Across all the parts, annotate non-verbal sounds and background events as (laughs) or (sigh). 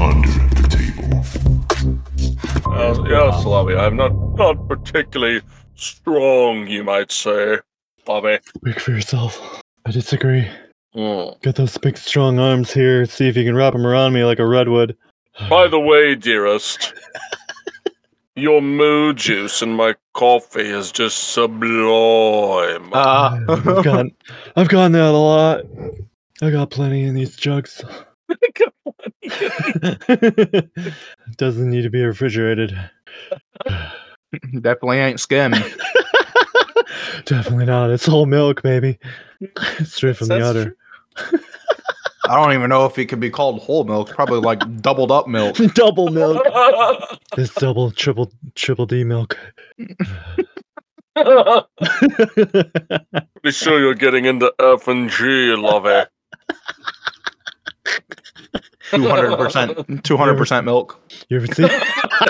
under the table. Uh, yes, Salami, I'm not, not particularly strong, you might say, Bobby. Speak for yourself. I disagree. Hmm. Get those big strong arms here. See if you can wrap them around me like a redwood. By the way, dearest, your moo juice in my coffee is just sublime. Uh, (laughs) Ah. I've got, I've gotten that a lot. I got plenty in these jugs. (laughs) Doesn't need to be refrigerated. Definitely ain't skim. Definitely not. It's whole milk, maybe. Straight from the That's udder. I don't even know if it could be called whole milk. Probably like doubled up milk. (laughs) double (laughs) milk. It's double, triple, triple D milk. (laughs) Pretty sure you're getting into F and G, lovey. Two hundred percent. Two hundred percent milk. You ever (laughs) seen? Everyone. (laughs)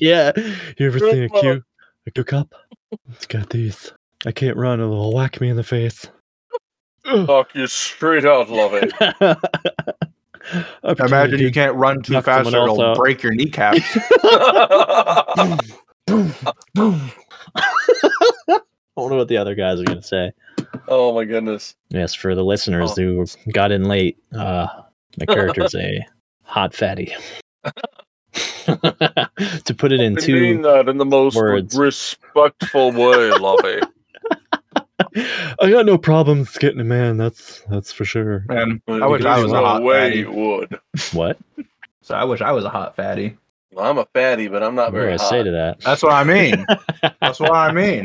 yeah. You ever seen a Triple. Q? A Q cup? It's got these. I can't run. It'll whack me in (laughs) the face. Knock you straight out, lovey. (laughs) (laughs) Imagine you can't run too Knock fast or someone else it'll out. break your kneecaps. I Boom, boom. I wonder what the other guys are going to say. Oh my goodness. Yes, for the listeners who got in late, uh, my character's a hot (laughs) fatty. to put it in I mean two, that in the most words. respectful way, lovey. I got no problems getting a man. That's that's (laughs) for sure. Man, I wish I There's was a no hot way fatty. you would. what? So I wish I was a hot fatty. Well, I'm a fatty, but I'm not What do very I hot. say to that? That's what I mean. That's what I mean.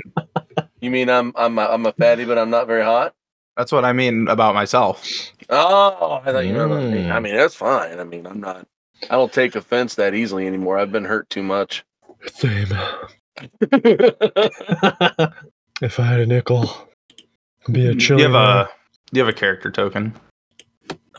You mean I'm I'm a, I'm a fatty, but I'm not very hot? That's what I mean about myself. Oh, I thought you meant about me. Mm. I mean, that's fine. I mean, I'm not. I don't take offense that easily anymore. I've been hurt too much. (laughs) Same. (laughs) If I had a nickel, it'd be a Do chili. you have a do you have a character token?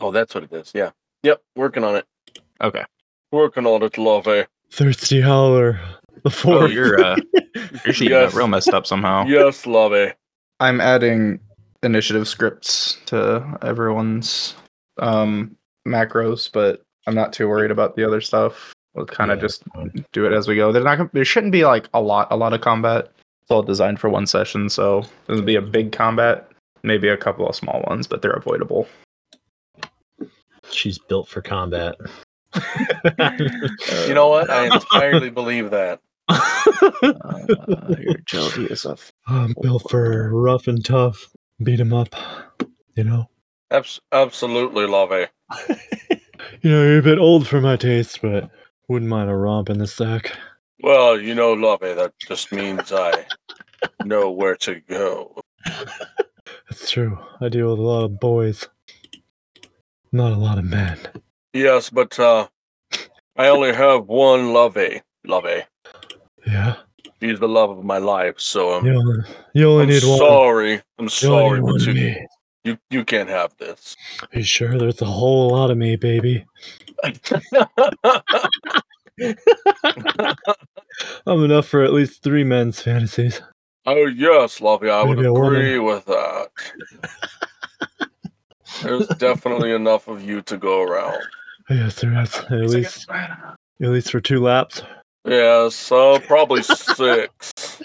oh, that's what it is. Yeah. Yep. Working on it. (laughs) Okay. Working on it, lovey. thirsty howler. The fourth. Oh, (laughs) you're uh, (laughs) you're sheet Yes. real messed up somehow. Yes, lovey. I'm adding initiative scripts to everyone's um, macros, but I'm not too worried about the other stuff. We'll kind of Yeah, just fine. do it as we go. There's not gonna- there shouldn't be like a lot a lot of combat. It's all designed for one session, so there'll be a big combat, maybe a couple of small ones, but they're avoidable. She's built for combat. You know what? I entirely believe that. Uh, your agility is a (laughs) I'm built for rough and tough. Beat 'em up. You know. Abs- absolutely, lovey. You know, you're a bit old for my taste, but wouldn't mind a romp in the sack. Well, you know, lovey. That just means I know where to go. That's true. I deal with a lot of boys. Not a lot of men. Yes, but uh, I only have one lovey. Lovey. Yeah. She's the love of my life. So I'm, You only, you only I'm need one. sorry. I'm You only sorry, need one but you, of me. you you can't have this. Are you sure? There's a whole lot of me, (laughs) baby. I'm enough for at least three men's fantasies. oh yes, lovey, I would Maybe a woman. agree with (laughs) that. There's definitely enough of you to go around. Yes, there is. At least, at least for two laps. Yes, uh, probably six.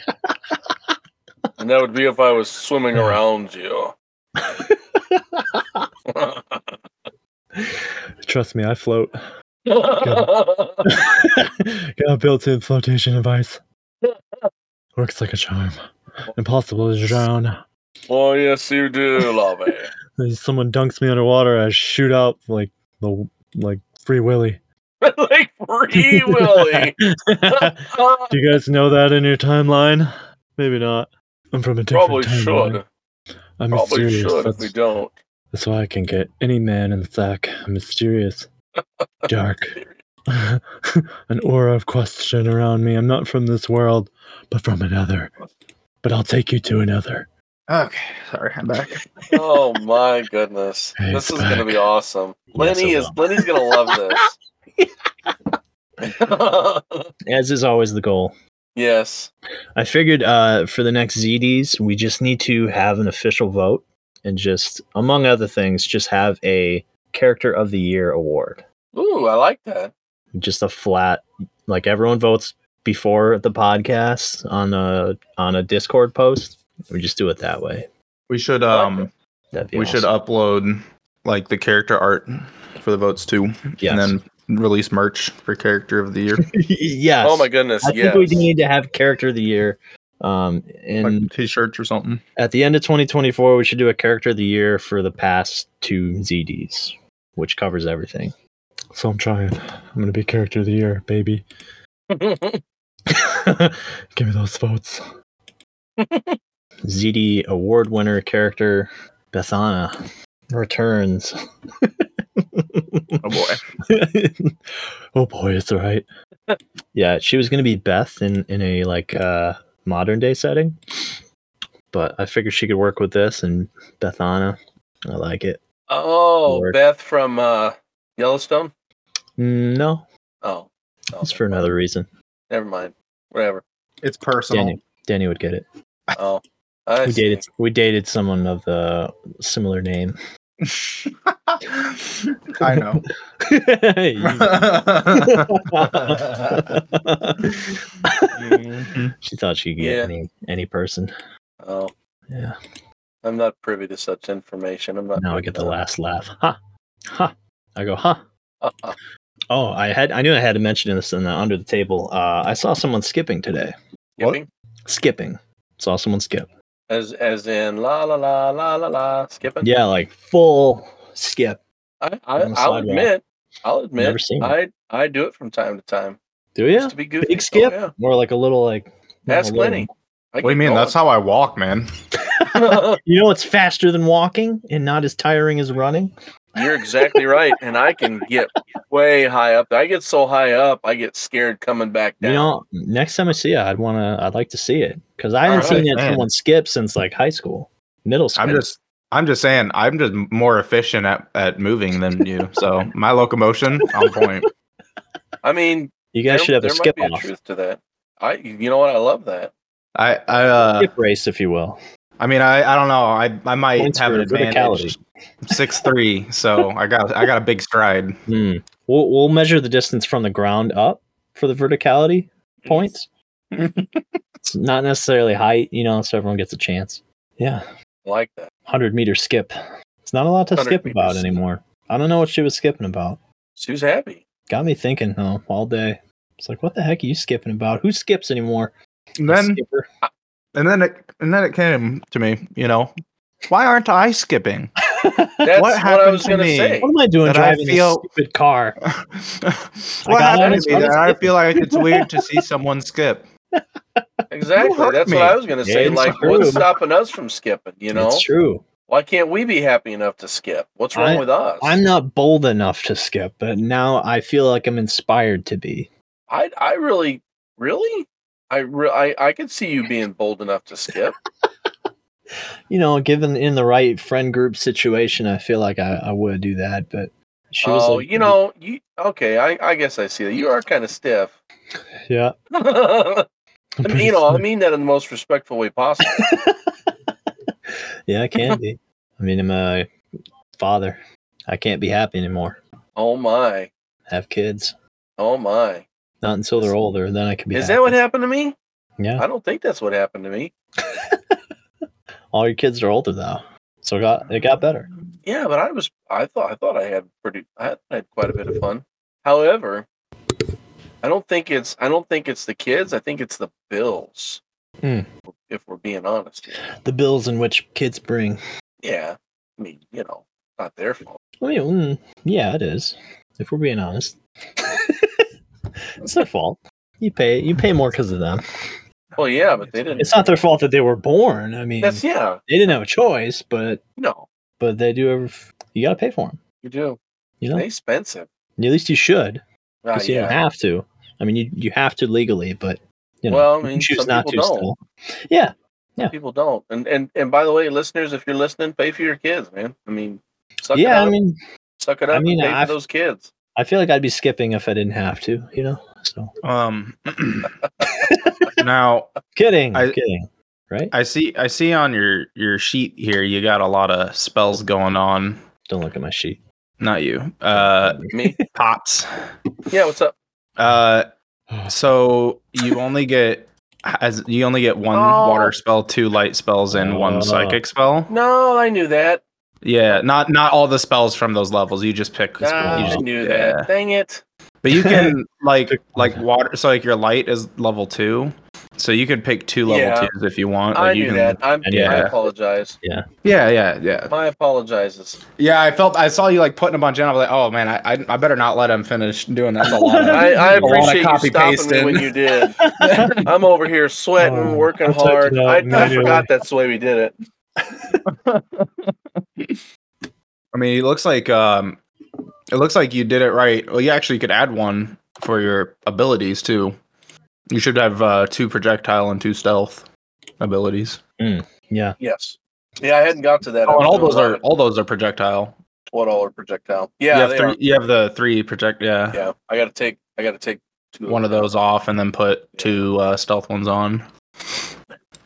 And that would be if I was swimming around you. Trust me, (laughs) I float. Got a built-in flotation device. Works like a charm. Impossible to drown. oh yes, you do, lovey. (laughs) If someone dunks me underwater, I shoot out like the like Free Willy. like (laughs) (laughs) free Willy. Do you guys know that in your timeline? Maybe not. I'm from a different Probably timeline. should. I'm Probably mysterious. should if That's, we don't. that's why I can get any man in the sack. (laughs) I'm mysterious, dark, (laughs) an aura of question around me. I'm not from this world, but from another. But I'll take you to another. Okay, sorry, I'm back. Oh my goodness. (laughs) Hey, This is Spike. gonna be awesome. Yes, Lenny it is Lenny's gonna love (laughs) this. (laughs) As is always the goal. yes. I figured uh, for the next ZDs, we just need to have an official vote and just, among other things, just have a character of the year award. Ooh, I like that. Just a flat like everyone votes before the podcast on a on a Discord post. We just do it that way. (laughs) We should I like um that. That'd be we should awesome. upload like the character art for the votes too, Yes. and then release merch for character of the year. yes. (laughs) Oh my goodness! I yes. think we need to have character of the year. Um, and like t-shirts or something. at the end of 2024, we should do a character of the year for the past two ZDs, which covers everything. So I'm trying. I'm gonna be character of the year, baby. (laughs) (laughs) Give me (laughs) those votes. ZD award winner character Bethana returns. Oh boy. (laughs) Oh boy, it's right. (laughs) yeah, she was gonna be Beth in in a like uh, modern day setting, but I figured she could work with this and Bethana. I like it. oh, Lord. Beth from uh, Yellowstone. No, Oh, oh, it's for another reason. Never mind. Whatever. (laughs) It's personal. Danny, Danny would get it. Oh, I we see. dated we dated someone of the similar (laughs) name. (laughs) (laughs) I know. Mm-hmm. (laughs) she thought she could get Yeah. any any person. Oh, Yeah. I'm not privy to such information. I'm not. Now I privy get to the that. last laugh. Ha. Ha. I go, huh. Uh, (laughs) Oh, I had I knew I had to mention this in the under the table. Uh, I saw someone skipping today. Skipping? Skipping. Saw someone skip. As as in la la la la la la skipping. Yeah, like full skip. I, on I the I'll sidewalk. admit, I'll admit, Never seen it. I I do it from time to time. Do you? Just to be goofy. Big skip? Oh, yeah. Or like a little like not a Ask little. Lenny. I what do you keep mean? going. That's how I walk, man. (laughs) (laughs) You know it's faster than walking and not as tiring as running? You're exactly right, and I can get way high up. I get so high up, I get scared coming back down. You know, next time I see it, I'd want to. I'd like to see it because I haven't All seen right, that man. someone skip since like high school, middle school. I'm just I'm just saying I'm just more efficient at, at moving than you. So my locomotion on point. I mean, you guys should have a skip might be off, a truth to that. I, you know what? I love that. I I uh, skip race, if you will. I mean I, I don't know. I I might Points have for an verticality. advantage. Six three, so I got I got a big stride. Hmm. We'll we'll measure the distance from the ground up for the verticality (laughs) points. it's not necessarily height, you know, so everyone gets a chance. Yeah, I like that. hundred meter skip. It's not a lot to 100 skip about meters. anymore. I don't know what she was skipping about. She was happy. Got me thinking though all day. It's like, what the heck are you skipping about? Who skips anymore? And then Skipper. and then it and then it came to me, you know, why aren't I skipping? (laughs) That's What what, I happened was to going to me? say. What am I doing That I driving feel- this stupid car? what got happened it. to me? I was that I skipping. feel like it's weird to see someone skip. Exactly. hurt That's me. what I was going to Yeah, say. it's Like, true. what's stopping us from skipping? You know, It's true. why can't we be happy enough to skip? What's wrong I- with us? I'm not bold enough to skip, but now I feel like I'm inspired to be. I, I really, really, I, re- I, I could see you being bold enough to skip. You know, given in the right friend group situation, I feel like I, I would do that. But she was, oh, like, you know, you okay? I, I guess I see that. You are kind of stiff. yeah. (laughs) (laughs) I I'm mean, pretty you know, I slick. mean that in the most respectful way (laughs) possible. yeah, I can be. I mean, I'm a father. I can't be happy anymore. oh my, Have kids, oh my. not until they're older. Then I can be. Is happy. that what happened to me? Yeah, I don't think that's what happened to me. all your kids are older though, so it got it got better. Yeah, but I was I thought I thought I had pretty I had- I had quite a bit of fun. However, I don't think it's I don't think it's the kids. I think it's the bills. Hmm. If we're being honest, here. The bills in which kids bring. yeah. I mean, you know, not their fault. I mean, mm, yeah, it is. If we're (laughs) being honest, it's their fault. You pay you pay more because of them. Well, yeah, but they didn't. It's not their fault that they were born. I mean, That's they yeah. didn't have a choice, but No, but they do. Have, you got to pay for them. you do. You know, They expensive. at least you should. Ah, 'cause you yeah. don't have to. I mean, you you have to legally, but you know, Well, I you can mean, choose some not to. people don't. Still. Yeah, People don't. And and and by the way, listeners, if you're listening, pay for your kids, man. I mean, suck it yeah. up. I mean, suck it I up. mean, and pay I've- for those kids. I feel like I'd be skipping if I didn't have to. You know, so Um (clears throat) now kidding, I- kidding, right? I see I see on your your sheet here you got a lot of spells going on. don't look at my sheet. (sighs) Not you. Uh, Me? Pops. Yeah, what's up? Uh, so you only get as you only get one Oh. water spell, two light spells, and Oh. one psychic spell. No, I knew that. Yeah, not not all the spells from those levels. You just pick. Nah, you I just- knew yeah. that. Dang it. But you can like Pick- like water. So like your light is level two, so you could pick two level Yeah. twos if you want. Like I you knew can, that. I'm, and yeah. I apologize. Yeah, yeah, yeah, My (laughs) apologizes. yeah. I felt I saw you like putting a bunch in. I was like, oh man, I I, I better not let him finish doing that. That's a lot. (laughs) Of, I, I A lot of appreciate you copy stopping me pasting. when you did. (laughs) I'm over here sweating, Oh, working I took it hard. out I, I manually. forgot that's the way we did it. I mean, it looks like um, it looks like you did it right. Well, you actually could add one for your abilities too. You should have uh, two projectile and two stealth abilities. yeah. Yes. Yeah, I hadn't got to that. Oh, and I all was those doing are all those are projectile. what all are projectile. Yeah, you have they three. are. You have the three project. Yeah, yeah. I gotta take. I gotta take two one of those off, and then put two uh, stealth ones on.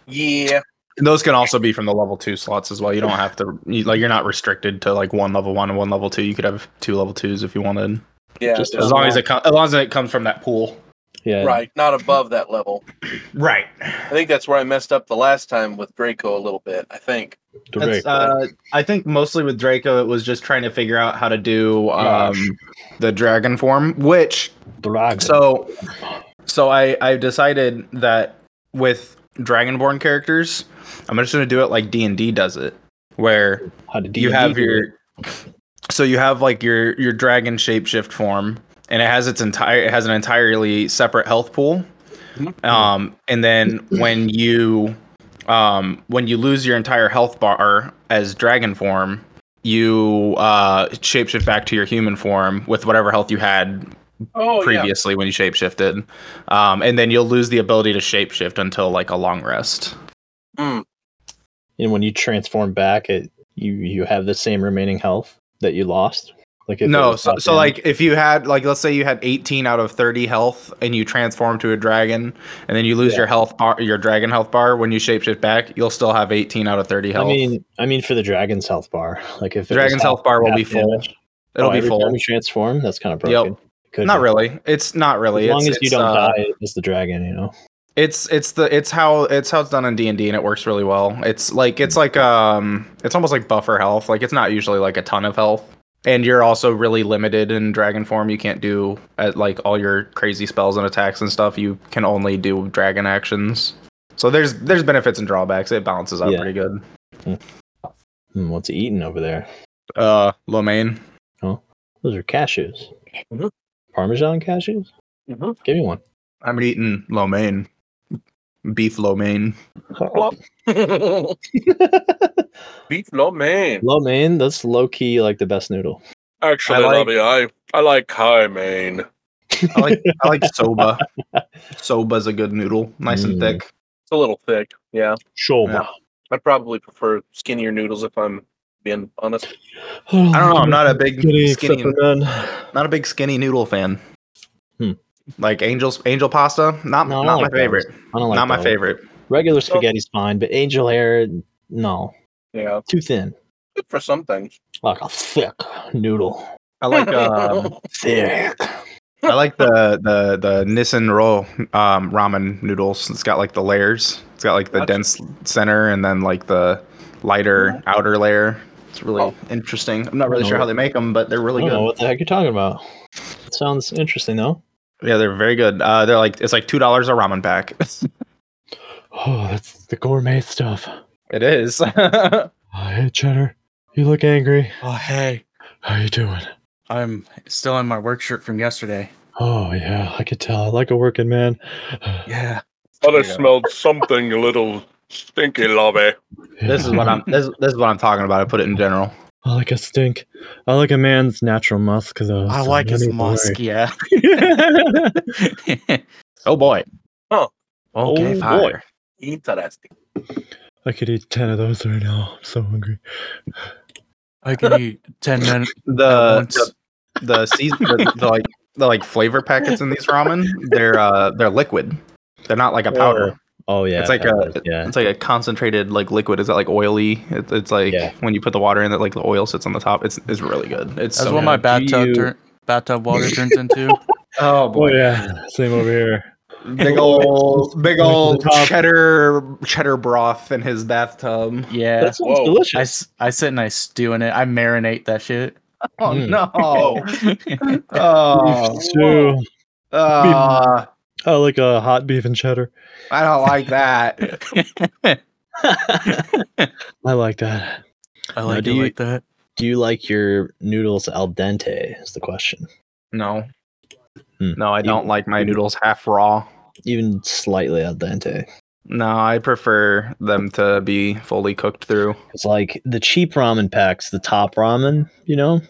Yeah. And those can also be from the level two slots as well. You don't have to you, like you're not restricted to like one level one and one level two. You could have two level twos if you wanted, Yeah. Just just as long as it com- as long as it comes from that pool. Yeah. right, not above that level. Right. I think that's where I messed up the last time with Draco a little bit. I think. Great. uh, I think mostly with Draco, it was just trying to figure out how to do um, the dragon form, which Dragon. So, so I I decided that with Dragonborn characters, I'm just gonna do it like D and D does it, where How did you D&D have do it? your so you have like your your dragon shapeshift form, and it has its entire it has an entirely separate health pool. Um, and then when you um when you lose your entire health bar as dragon form, you uh shapeshift back to your human form with whatever health you had Oh previously when you shapeshifted. Um, and then you'll lose the ability to shapeshift until like a long rest. and when you transform back, it you you have the same remaining health that you lost. Like if it no, was so, not so damaged. like if you had like let's say you had 18 out of 30 health and you transform to a dragon and then you lose Yeah. your health bar your dragon health bar when you shapeshift back, you'll still have 18 out of 30 I health. mean, I mean for the dragon's health bar, like if it was Dragon's health bar will half be full. damage- It'll oh, be every full. Time you transform, that's kind of Yep. broken. Could Not be. really. It's not really. As long it's, as you it's, don't uh, die as the dragon, you know. it's it's the it's how it's how it's done in d&d and it works really well it's like it's like um it's almost like buffer health like it's not usually like a ton of health and you're also really limited in dragon form you can't do uh, like all your crazy spells and attacks and stuff you can only do dragon actions so there's there's benefits and drawbacks it balances out Yeah. pretty good Hmm, what's it eating over there? uh lomain Those are cashews. Mhm. Parmesan cashews. hmm Give me one. i'm eating lomain beef lomain Well- (laughs) Beef lo mein. (laughs) Low main, that's low key like the best noodle. Actually, I like- Robbie, I I like high mein. i like i (laughs) like soba soba's a good noodle nice Mm. and thick It's a little thick. Yeah, Show Yeah. I probably prefer skinnier noodles if I'm being honest. i don't know i'm not a big Skinny, skinny except for men. not a big skinny noodle fan. Hmm. Like angels, angel pasta, not No, I not like my favorite. I don't like not my those. favorite. Regular spaghetti's fine, but angel hair, no, Yeah, too thin. good for some things. Like a thick noodle, (laughs) I (laughs) like um, uh, thick. I like the the the Nissen roll um, ramen noodles. It's got like the layers. It's got like the Gotcha. dense center and then like the lighter outer layer. It's really Oh. interesting. I'm not really No. sure how they make them, but they're I really don't know good. what the heck you're talking about. sounds interesting though. Yeah, they're very good. Uh, they're like it's like two dollars a ramen pack. (laughs) Oh, that's the gourmet stuff. it is. (laughs) oh Oh, hey, Cheddar, you look angry. hey, How you doing? I'm still in my work shirt from yesterday. Oh yeah, I could tell. I like a working man. Yeah. But I Yeah. smelled something a little stinky, Lobby. This is Yeah. what I'm. This, this is what I'm talking about. I put it in general. (laughs) I like a stink. I like a man's natural musk, though. I so like his need to worry. musk, yeah. oh boy. Huh. Okay, Oh, fire. boy. Interesting. I could eat ten of those right now. I'm so hungry. I can eat ten men at The, once. the the season the, (laughs) the like the like flavor packets in these ramen. They're uh they're liquid. They're not like a powder. Oh yeah, it's like that a was- yeah. it's like a concentrated like liquid. Is that like oily? It, it's like Yeah. when you put the water in that like the oil sits on the top. It's it's really good. It's That's so what my good. bathtub you- tur- bathtub water turns into. oh Oh boy, yeah, same over here. big old big Like the old top. cheddar cheddar broth in his bathtub. (laughs) (laughs) Yeah, That sounds Whoa. I, delicious. s- I sit and I stew in it. I marinate that shit. Oh Mm. no! Oh, (laughs) (laughs) Oh, Stew. uh, Oh, like a hot beef (laughs) and cheddar. I don't like that. I like that. I like do it you- like that. Do you like your noodles al dente? Is the question. No, Hmm. no, I don't You- like my noodles half raw. Even slightly al dente. No, I prefer them to be fully cooked through. It's like the cheap ramen packs, the top ramen, you know,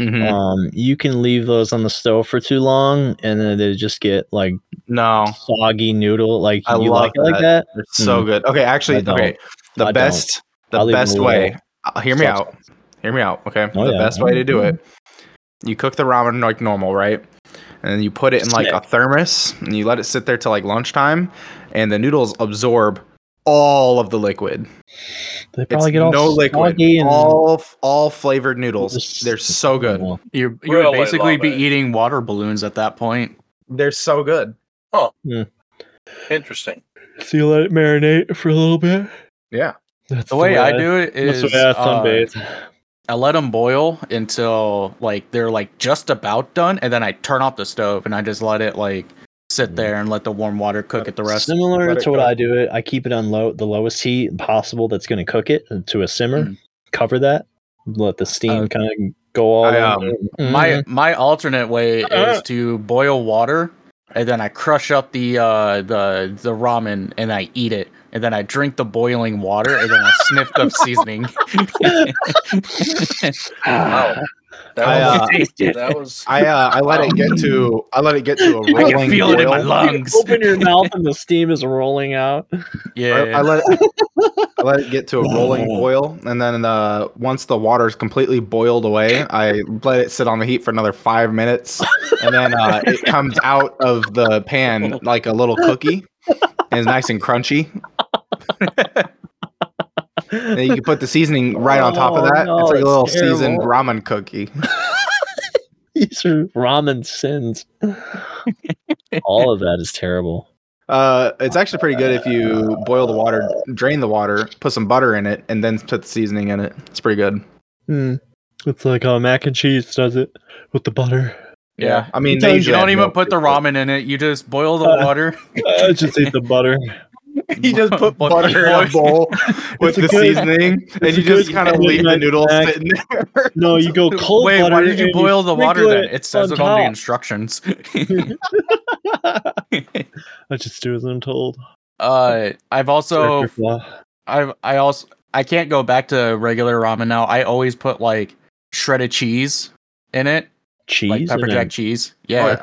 Mhm. um, you can leave those on the stove for too long and then they just get like No, soggy noodle. Like, I you love like it like that? They're so good. Okay, Mm-hmm. I actually, don't. okay. The I don't. best, I'll the leave them best a way. little Uh, hear me out. substance. Hear me out. Okay. Oh, the yeah. best way to do it. You cook the ramen like normal, right? And then you put it in like a thermos, and you let it sit there till like lunchtime, and the noodles absorb all of the liquid. They It's probably get all no liquid. soggy and Oh. All all flavored noodles. Just- They're so good. Well, You're, you would Really basically love be it. eating water balloons at that point. Mm-hmm. They're so good. (sighs) Interesting. So you let it marinate for a little bit. Yeah. That's The way I I- do it is that's the way I uh, sunbathe. I let them boil until like they're like just about done, and then I turn off the stove and I just let it like sit there and let the warm water cook it the rest. Similar let it to what cook. I do it, I keep it on low, the lowest heat possible that's going to cook it to a simmer. Mm. Cover that, let the steam Uh, kind of go all. I, over um, it. (sighs) Mm. My my alternate way is to boil water and then I crush up the uh the the ramen and I eat it and then I drink the boiling water and then I sniff the seasoning. Wow. That I, was, uh, that was I uh, I let it get to I let it get to (laughs) a (laughs) I rolling can feel it in my boil. lungs. (laughs) Open your mouth and the steam is rolling out. (laughs) I, I Yeah. let it, I let it get to a rolling boil, and then uh, once the water is completely boiled away, I let it sit on the heat for another five minutes, and then uh, it comes out of the pan like a little cookie, and it's nice and crunchy. And you can put the seasoning right on top of Oh, that. no, it's like a that's little seasoned terrible. ramen cookie. These are ramen sins. (laughs) all of that is terrible. Uh, it's actually pretty good if you boil the water, drain the water, put some butter in it, and then put the seasoning in it. It's pretty good. Hmm. Mm. It's like uh, mac and cheese does it with the butter. yeah. I mean, You they don't, usually add even milk put the to it. ramen in it. You just boil the Uh, water. I just eat (laughs) the butter. You just put Boil- butter in a bowl (laughs) with It's a the good- seasoning, and it's you a good just kind of leave the midnight noodles snack. sitting there. (laughs) No, you go (laughs) cold Wait, butter. why did you and boil the water sprinkle then? It says it on the instructions. I just do as I'm told. uh I've also Director Flaw. I I also I can't go back to regular ramen now. I always put like shredded cheese in it, cheese. like pepper and jack then- Mm-hmm. cheese. Yeah.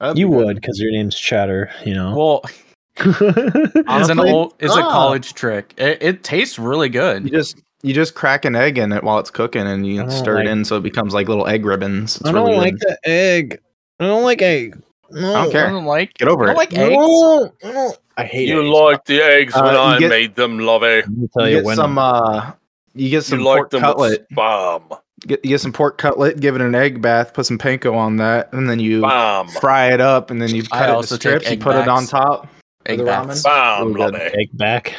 That'd You be good. would because your name's Chatter. You know. (laughs) Well, it's an Honestly, old, it's a ah. college trick. It, it tastes really You good. just you just crack an egg in it while it's cooking, and I you don't stir like- it in so it becomes like little egg ribbons. It's I don't really like good. the egg. I don't like egg. No. I don't I care. don't like Get over I it. don't like eggs. No, I don't- I hate You eggs. liked the eggs when Uh, you I get- made them, lovey. Let me tell you you, get when some. Uh, you get You some pork liked them cutlet. with bomb, Get, you get some pork cutlet. Give it an egg bath. Put some panko on that, and then you bomb, fry it up, and then you I cut it into also take strips. You egg put it on backs. top. Egg the backs. ramen? bomb, Really good. lovey. egg back.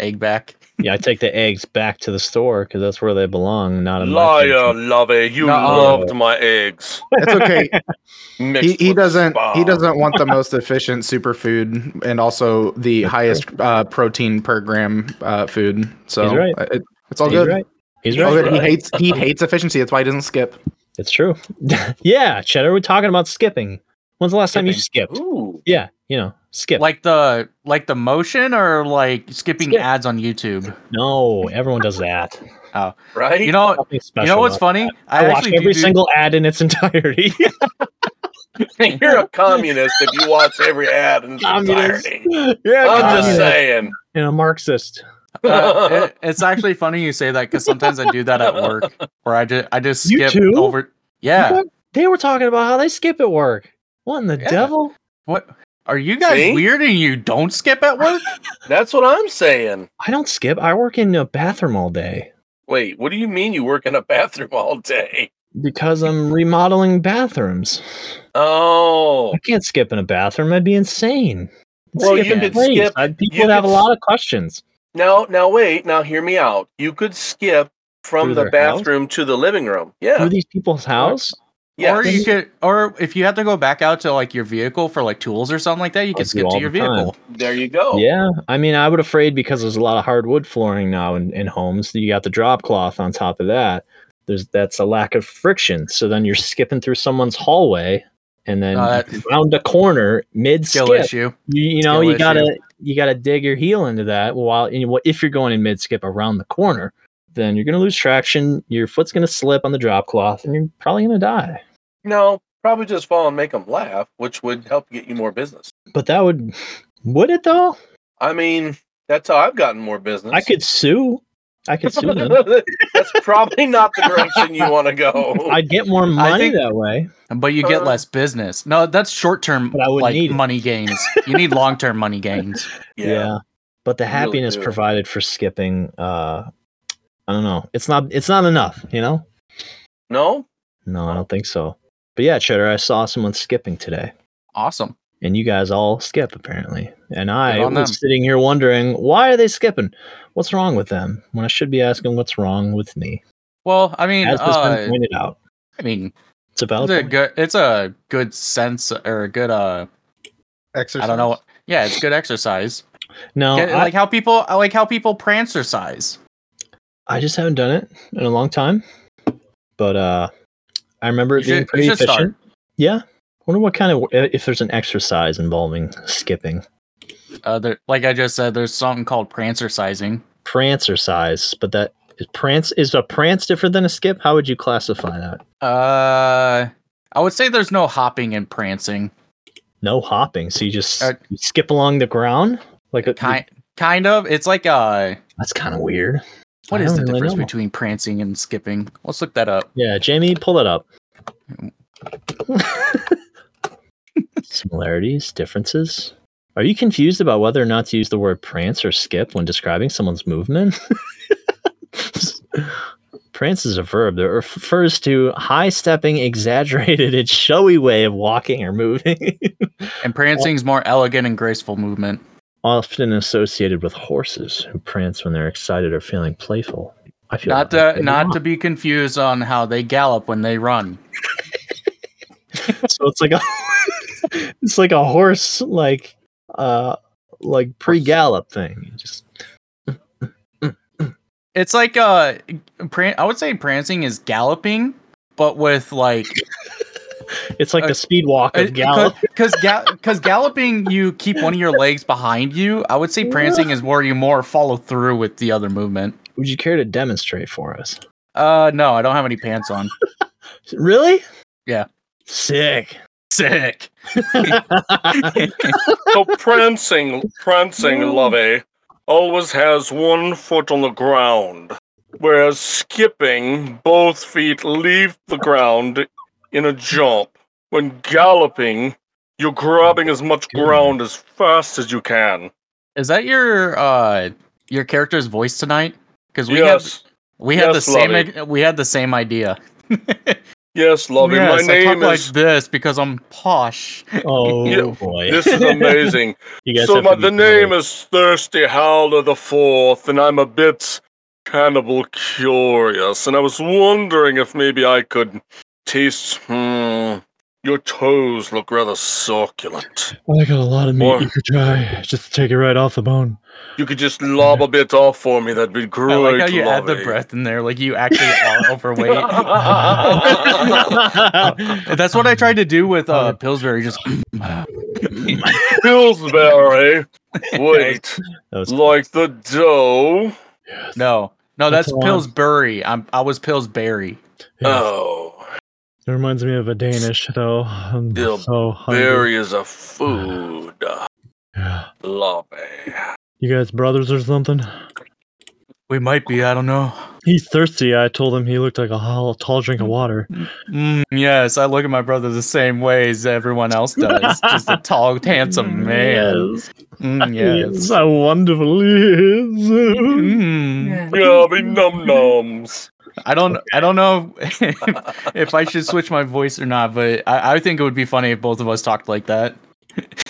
Egg back. Yeah, I take the eggs back to the store because that's where they belong, not in my Liar, lovey. You Nuh-uh. loved my eggs. It's okay. uh, he, mixed he with doesn't he bomb. doesn't want (laughs) the most efficient superfood and also the highest uh, protein per gram uh, food. So He's right. uh, it, it's all He's good. right. He's It's all right. good. He hates he hates efficiency. That's why he doesn't skip. It's true. (laughs) yeah, Cheddar, we're talking about skipping. When's the last time you skipped? Ooh. Yeah, you know, skip. Like the like the motion or like skipping Skip. ads on YouTube. no, everyone does that. Right? You know Nothing special. you know what's about funny? that. I, watch actually do every do- single ad in its (laughs) entirety. You're a communist if you watch every ad in its Communist. entirety. yeah, I'm communist just saying. and a Marxist. Uh, it- it's actually funny you say that because sometimes I do that at work, where I just I just You skip too? over. Yeah. What? They were talking about how they skip at work. What in the Yeah. devil? What? Are you guys See? weird and you don't skip at work? (laughs) That's what I'm saying. I don't skip. I work in a bathroom all day Wait, what do you mean you work in a bathroom all day? because I'm remodeling bathrooms. Oh, I can't skip in a bathroom. I'd be insane. I'd Well, skip you in could place. skip- I'd- people you would have a could lot of questions. now, now wait, now hear me out. You could skip from Through the their house? bathroom to the living room. Yeah, Through these people's house, yeah. Or you could, or if you had to go back out to like your vehicle for like tools or something like that, you I could do skip all to your the time. vehicle. there you Oh. go. Yeah, I mean, I would afraid because there's a lot of hardwood flooring now in, in homes. You got the drop cloth on top of that. There's that's a lack of friction. So then you're skipping through someone's hallway, and then Uh, you round a corner mid Skill skip. issue. You, you know, skill you gotta you gotta dig your heel into that. While and what- if you're going in mid skip around the corner, then you're gonna lose traction. Your foot's gonna slip on the drop cloth, and you're probably gonna die. No, probably just fall and make them laugh, which would help get you more business. But that would would it though? I mean, that's how I've gotten more business. I could sue. I could sue them. (laughs) (laughs) that's probably not the direction you want to go. I'd get more money think- that way. But you get Uh, less business. No, that's short term But I wouldn't like need it. money gains. You (laughs) need long term money gains. Yeah. But the really happiness do. provided for skipping, uh I don't know. It's not it's not enough, you know? No, No, I don't think so. But yeah, Cheddar, I saw someone skipping today. Awesome. And you guys all skip apparently. And I Good was on them. sitting here wondering, why are they skipping? What's wrong with them? When I should be asking what's wrong with me. Well, I mean, As has been uh, pointed out. I mean, It's a valid it's a point. good, it's a good sense or a good, uh, Exercise. I don't know. Yeah, it's good exercise. No, Get- I, like how people, I like how people prancercise. I just haven't done it in a long time. But uh I remember it You being should- you pretty should start. efficient. Yeah. Wonder what kind of uh, if there's an exercise involving skipping. Uh, there, like I just said, there's something called prancercising. prancer size, but that is prance is a prance different than a skip? How would you classify that? Uh, I would say there's no hopping and prancing. No hopping, so you just Uh, you skip along the ground like a, Kind, kind of. It's like uh, that's kind of weird. what I is the don't really difference know. between prancing and skipping? Let's look that up. Yeah, Jamie, pull (laughs) that up. Similarities, differences. Are you confused about whether or not to use the word prance or skip when describing someone's movement? (laughs) prance is a verb that refers to high stepping, exaggerated, and showy way of walking or moving. (laughs) And prancing's more elegant and graceful movement. often associated with horses who prance when they're excited or feeling playful. I feel Not like to, not to be confused on how they gallop when they run. (laughs) so it's like a it's like a horse like uh like pre gallop thing. You Just It's like uh, pran- I would say prancing is galloping, but with like it's like Uh, the speed walk of gallop. because because galloping you keep one of your legs behind you. I would say prancing is where you more follow through with the other movement. Would you care to demonstrate for us? Uh, no, I don't have any pants on. Really? Yeah. Sick. (laughs) Sick. so prancing, prancing, lovey, always has one foot on the ground, whereas skipping, both feet leave the ground in a jump. When galloping, you're grabbing as much ground as fast as you can. Is that your uh your character's voice tonight? Because we have yes, we had yes, the same Lovey. i- we had the same idea. yes, lovey. Yes, My I talk name (laughs) like is. this because I'm posh. oh Yeah, boy. This (laughs) is (laughs) amazing. You guys so have my, to the be name brave. is Thirsty Howler the Fourth, and I'm a bit cannibal curious, and I was wondering if maybe I could taste. Hmm, your toes look rather succulent. I got a lot of meat Or- you could try. Just take it right off the bone. (laughs) You could just lob a bit off for me. That'd be great. (laughs) I like how you add the lovey." (laughs) breath in there, like you actually are overweight. That's what I tried to do with uh, Pillsbury. Just (laughs) Pillsbury. Wait, That was- like the dough. Yes. no, no, That's that's the one. Pillsbury. I'm I was Pillsbury. yes. Oh, It reminds me of a Danish, though. I'm Yeah, so hungry. berry is a food. Yeah. Lobby. You guys brothers or something? We might be. I don't know. He's thirsty. I told him he looked like a hol- tall drink of water. Mm, yes, I look at my brother the same way as everyone else does. Just a tall, handsome man. Yes. Mm, Yes. yes. How wonderful he is. Mm. Yummy num nums. I don't. I (laughs) don't know (laughs) if, if I should switch my voice or not, but I, I think it would be funny if both of us talked like that.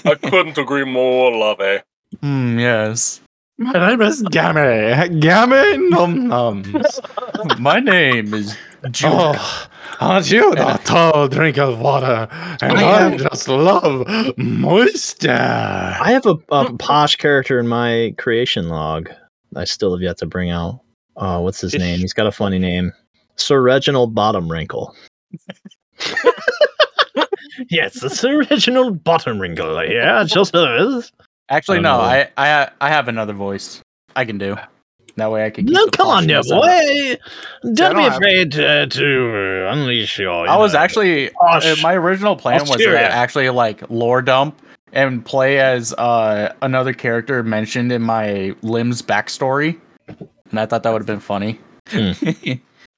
I couldn't agree more, lovey. Mm, yes. My name is Gammy. Gammy Num Nums. My name is Juke. Oh, aren't you the tall drink of water? And I I, am. just love moisture. I have a, a posh character in my creation log. I still have yet to bring out. Uh, what's his name? He's got a funny name, Sir Reginald Bottom Wrinkle. (laughs) yes, the Sir Reginald Bottom Wrinkle. Yeah, just is. Actually, I no. don't know. I, I I have another voice. I can do. That way I can. keep No, the come on, poshness new up. boy. I Don't don't be have- afraid uh, to uh, unleash your. I was inner actually posh- Uh, my original plan was to Australia. actually like lore dump and play as uh, another character mentioned in my limbs backstory, and I thought that would have been funny. (laughs)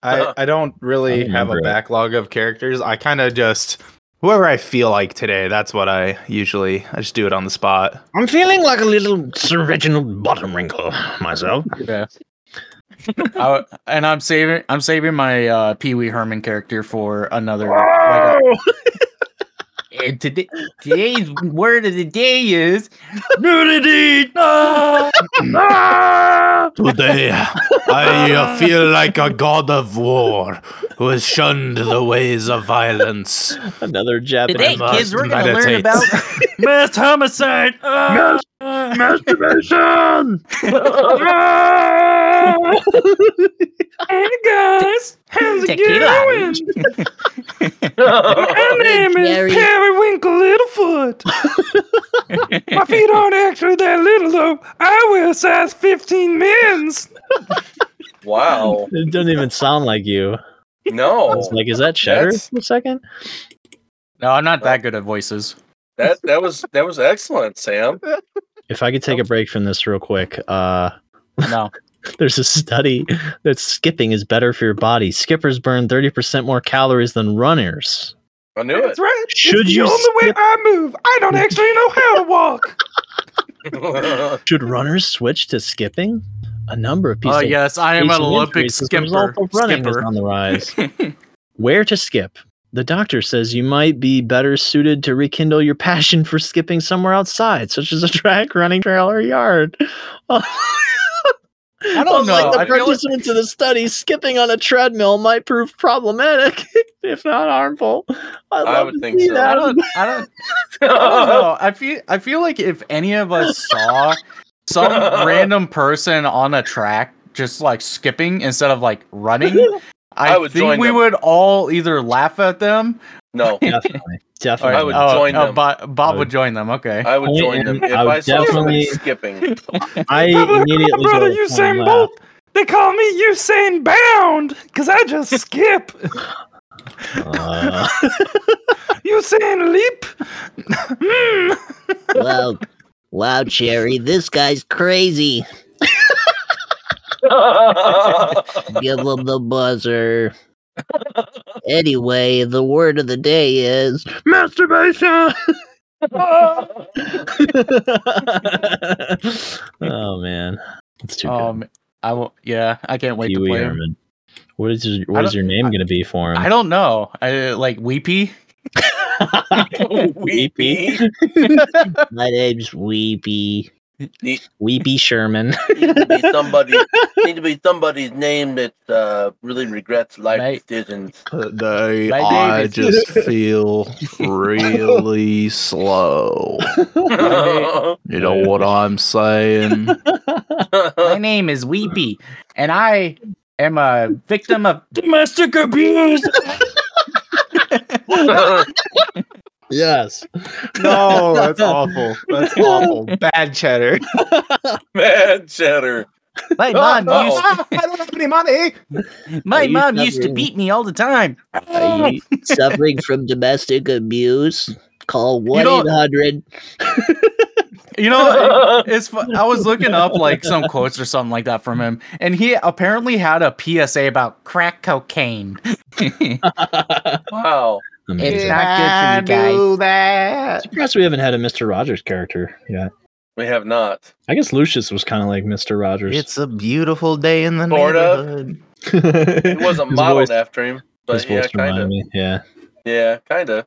I, I don't really I have a remember it. backlog of characters. I kind of just whoever I feel like today. That's what I usually I just do it on the spot. I'm feeling like a little Sir Reginald Bottom Wrinkle myself. yeah. I, and I'm saving I'm saving my uh, Pee Wee Herman character for another. (laughs) Like a, and Eh, today, today's word of the day is nudity. No! Today, I uh, feel like a god of war who has shunned the ways of violence. (laughs) Another Today, Japanese. must kids, we're gonna learn meditate. about mass homicide. Ah! (laughs) Masturbation! guys, how's it going? I name is Jerry. Periwinkle Littlefoot. My feet aren't actually that little though. I wear size 15 men's. Wow. It doesn't even sound like you. I No. was like, is that cheddar That's- for a second? (laughs) No, I'm not that good at voices. That that was that was excellent, Sam. If I could take a break from this real quick, uh, (laughs) No. there's a study that skipping is better for your body. Skippers burn 30% more calories than runners. I knew it. (laughs) right. Should you skip- I move. I don't actually know how to walk. should runners switch to skipping? A number of people. Oh yes, I am an Olympic skipper. Running is skipper. on (laughs) the rise. Where to skip? The doctor says you might be better suited to rekindle your passion for skipping somewhere outside, such as a track, running trail, or yard. (laughs) I don't know. Like the I feel like- participants of the study, skipping on a treadmill might prove problematic, (laughs) if not harmful. I, love would to think see so. I That. don't. I don't. (laughs) I don't know. I feel. I feel like if any of us saw (laughs) some random person on a track just like skipping instead of like running, (laughs) I, I would think join we them. would all either laugh at them. no, (laughs) definitely, (laughs) definitely. I would oh, join oh, them. Bob, Bob would join them. Okay. I would join them if I would I saw somebody (laughs) definitely- skipping. (laughs) I immediately brother Usain Bolt. They call me Usain Bound because I just skip. Uh, Usain Leap. Wow, wow, Cherry, this guy's crazy. Give him the buzzer. Anyway, the word of the day is Masturbation! (laughs) oh man, that's too good. Um. I will. Yeah. I can't wait to Pee Wee play him. Herman. What is your, what is don't- your name I- going to be for him? I don't know. I (laughs) like Weepy. (laughs) Weepy. (laughs) my name's Weepy. Need, Weepy Sherman. need to be somebody. Need to be somebody's name that uh, really regrets life Mate. (laughs) decisions. Today My name I is- just feel really slow. (laughs) You know what I'm saying? My name is Weepy, and I am a victim of domestic abuse. yes. No, that's awful. (laughs) That's awful. Bad cheddar. Mad cheddar. (laughs) My mom used Uh-oh. I don't have any money. my Are you mom used to covering- beat me all the time. Are you suffering from domestic abuse? Call You 1 don't- 800 You know, it- it's. fu- I was looking up like some quotes or something like that from him, and he apparently had a PSA about crack cocaine. it's Wow. Amazing. If not good for I you knew guys. That. Surprised we haven't had a Mister Rogers character. Yeah, We have not. I guess Lucius was kind of like Mister Rogers. It's a beautiful day in the Sort of. neighborhood. He (laughs) wasn't modeled after him, but yeah, kind of. me. Yeah. Yeah, kind (clears throat) of.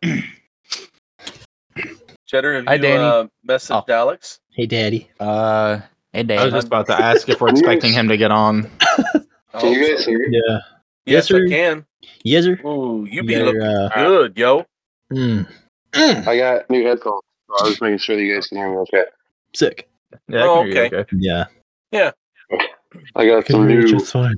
Cheddar, have Hi, you Danny. Oh. uh, messaged Alex? Hey, Daddy. Uh, hey I was Dave. just about to ask (laughs) if we're expecting him to get on. Can you guys hear? Yeah. Oh, yes, Yes, I sir. can. Yezer. Ooh, you be Better, looking uh, good, yo. mm. Mm. I got new headphones. So I was making sure that you guys can hear me okay. Sick. Yeah, Oh, I can hear you, okay. Yeah. I got Can some hear you new, just fine.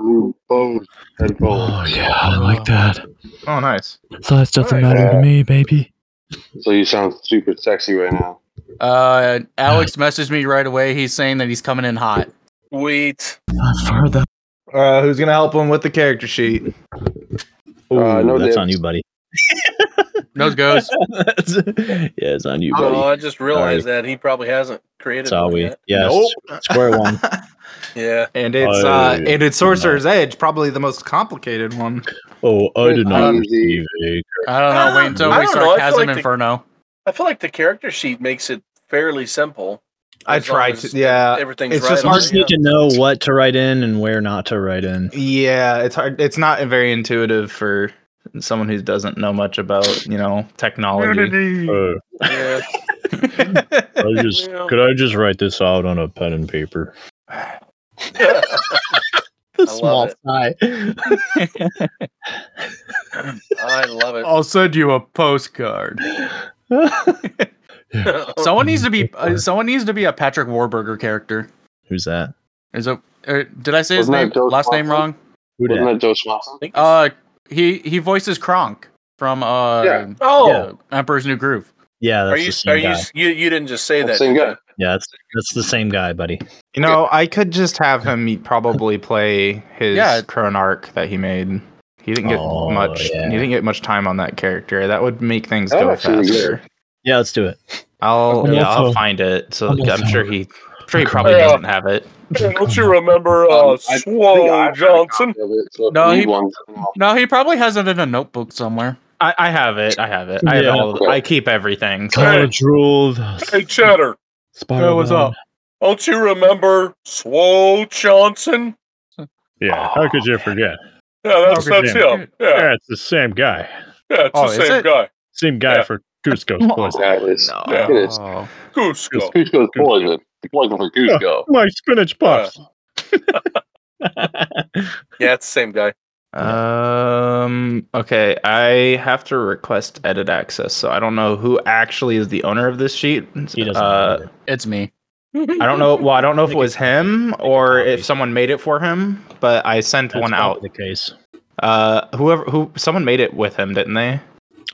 new Bose headphones. Oh yeah, I like that. Oh, nice. Size doesn't Alright. matter Yeah. to me, baby. Oh. So you sound super sexy right now. Uh, Alex messaged me right away. He's saying that he's coming in hot. Sweet. Not further. Uh, who's gonna help him with the character sheet? Oh, Ooh, Uh, no that's dibs. on you, buddy. (laughs) Nose goes. yeah, it's on you, Oh, buddy. I just realized that he probably hasn't created That's all one we. yet. Yes. (laughs) Square one. Yeah. and it's I- uh, Oh, and it's Sorcerer's Edge, probably the most complicated one. Oh, I did not Um, receive a. I don't know. Wait until I we don't know, I feel sarcasm like the- inferno. I feel like the character sheet makes it fairly simple. I As long tried as to, yeah, Everything's Uh, it's right. just You on just there, need to know what to write in and where not to write in. yeah. It's hard. It's not very intuitive for someone who doesn't know much about you know technology. Uh, yeah. I just Yeah. could I just write this out on a pen and paper? Yeah. (laughs) The I love sigh. I love it. I'll send you a postcard. (laughs) Someone needs to be. Uh, someone needs to be a Patrick Warburger character. Who's that? Is it? Uh, did I say his Wasn't that name? Joe Last name Swanson? wrong? Who Wasn't that? that Joe Swanson? Uh, he he voices Kronk from uh, Yeah. oh, uh, Emperor's New Groove. Yeah, that's are the you? same Are you, guy. you? You didn't just say That that. same did guy. you? yeah, that's, that's the same guy, buddy. (laughs) You know, I could just have him probably play his Yeah. Chron arc that he made. He didn't get Oh, much. yeah. He didn't get much time on that character. That would make things That go would actually be good. faster. Yeah, let's do it. I'll I'm yeah, I'll also- find it. So I'm I'm, also- sure he, I'm sure he probably Yeah. doesn't have it. Don't you remember Um, uh, I think Swole I've got a Johnson? copy of it, so if No, you need he- one, I'll- No, he probably has it in a notebook somewhere. I, I have it. I have it. I have Yeah. all. I keep everything. So College ruled. Hey, Cheddar, Spiral Yo, what's bound. don't you remember Swole Johnson? Yeah, Oh, how could you forget? Yeah, that's Robert that's Jam. him. Yeah, Yeah, it's the same guy. yeah, it's Oh, the is same it? guy. Same guy Yeah. for Goose (laughs) Ghost Poison. That is. Yeah. It is. Oh. Goose go. Cusco's poison. The poison Oh, for Cusco. My spinach puffs. (laughs) Yeah, it's the same guy. Um. Okay. I have to request edit access, so I don't know who actually is the owner of this sheet. He doesn't. Uh, know It's me. I don't know. Well, I (laughs) don't know if it was him or copy. if someone made it for him, but I sent That's one probably out. The case. Uh, whoever who someone made it with him, didn't they?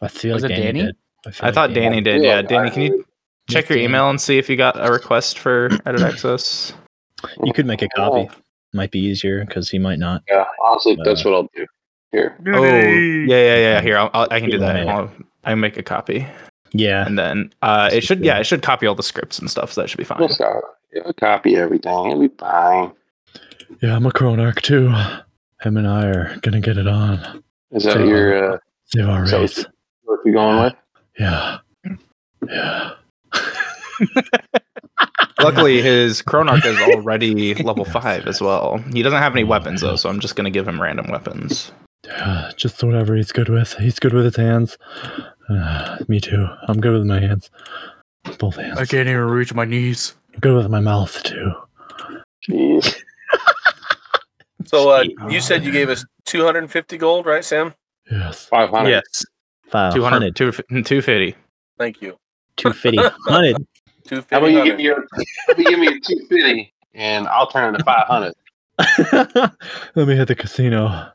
I feel Was like it Danny. Danny? did. feel I like thought Danny did. Yeah, Yeah, Danny, can you check your Danny. email and see if you got a request for (coughs) edit access? You could make a copy. Oh. Might be easier because he might not. Oh, Yeah, honestly, that's Uh, what I'll do. Here. Oh, yeah, yeah, yeah. Here, I'll, I'll, I can do that. Yeah. I'll, I can make a copy, Yeah. and then uh, it That's should good. yeah, it should copy all the scripts and stuff. So that should be fine. We'll start. Yeah, copy everything. It'll be fine. Yeah, I'm a Cronarch too. Him and I are gonna get it on. Is that So- your, uh, Save our So- race. what you're going with? Yeah. Yeah. Luckily, (laughs) his Chronarch is already level five as well. He doesn't have any Mm. weapons though, so I'm just gonna give him random weapons. Yeah. Just whatever he's good with. He's good with his hands. Uh, me too. I'm good with my hands. Both hands. I can't even reach my knees. I'm good with my mouth too. Jeez. So uh, you said you gave us 250 gold, right, Sam? Yes. 500. Yes, Five 200, (laughs) hundred. 250. Thank you. Two fifty. Hundred. $250. How about you give me your, how about you give me your 250 and I'll turn it to (laughs) 500. (laughs) Let me hit the casino.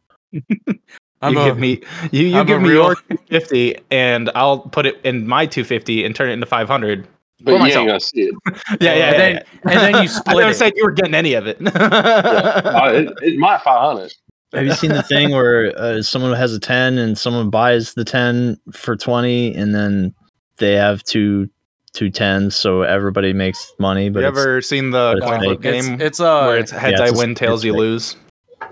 I'm you a, give me you, you I'm give a me real- your 250 and I'll put it in my 250 and turn it into 500. But For you myself. ain't going to see it. Yeah, yeah, and, yeah. then, and then you (laughs) I split never it. said you were getting any of it. (laughs) Uh, Oh, it it's my 500. Have you seen (laughs) the (laughs) thing where uh, someone has a 10 and someone buys the 10 for 20 and then they have to two tens, so everybody makes money. But you it's- ever seen the but it's coin fake. flip Uh, It's, game it's uh, where it's heads yeah, I it's a- win, tails it's you (laughs) fake. lose?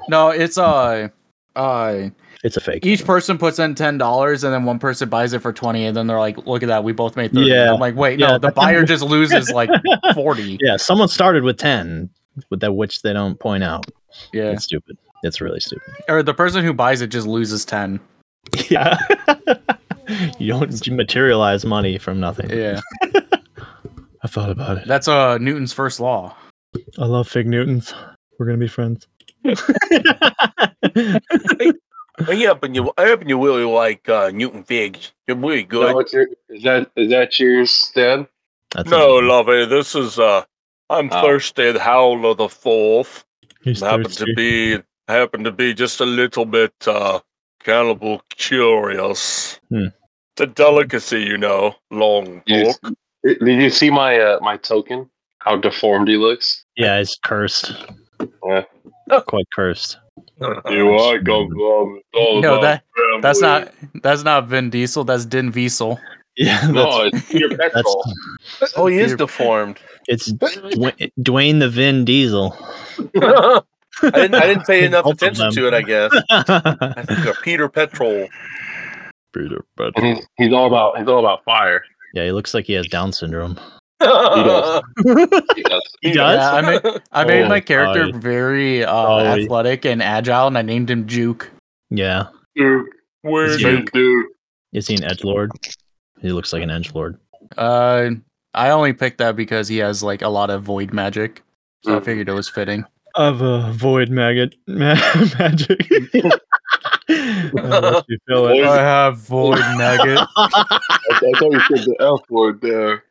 no, it's uh, uh, it's a fake. each person puts in ten dollars, and then one person buys it for twenty, and then they're like, "Look at that, we both made 30. Yeah. I'm like, "Wait, Yeah, no, the that's- buyer just loses like forty. yeah, someone started with ten, with that which they don't point out. Yeah, It's stupid. It's really (laughs) stupid. or the person who buys it just loses ten. Yeah. (laughs) you don't materialize money from nothing. Yeah, I thought about it. that's uh Newton's first law. I love Fig Newtons. We're gonna be friends. I happen you, I happen you really like uh, Newton figs. They're really Is that good. what your, is that is that yours, Dad? That's No, it. lovey, this is uh, I'm Oh. thirsty. The howl of the fourth He's happens thirsty. to be happen to be just a little bit uh, cannibal curious. Hmm. It's a delicacy, you know, long Yes. pork. Did you see my uh, my token? How deformed he looks. Yeah, it's cursed. Yeah. Quite cursed. (laughs) (laughs) are from Uh, No, that- That's not that's not Vin Diesel. That's Din Diesel. Yeah. (laughs) No, it's (laughs) Peter that's, Petrol. that's- Oh, he is (laughs) deformed. (laughs) it's Dwayne, Dwayne the Vin Diesel. I didn't. I didn't pay enough Both of attention them. to it. I guess. I think uh, Peter Petrol. Peter And Petrol. he's, he's all about he's all about fire. Yeah, he looks like he has Down syndrome. (laughs) does. He (laughs) does. He does? Yeah, I made, I made Oh, my character sorry. very uh, Oh, Sorry. athletic and agile, and I named him Juke. Yeah. Dude, (laughs) Where Yeah. dude, dude. Is he an edge lord? He looks like an edge lord. Uh, I only picked that because he has like a lot of void magic, so I Mm. figured it was fitting. I have a void maggot (laughs) ma- (laughs) magic. (laughs) I'll let you fill it. I have (laughs) void magic. I, th- I thought you said the F word there.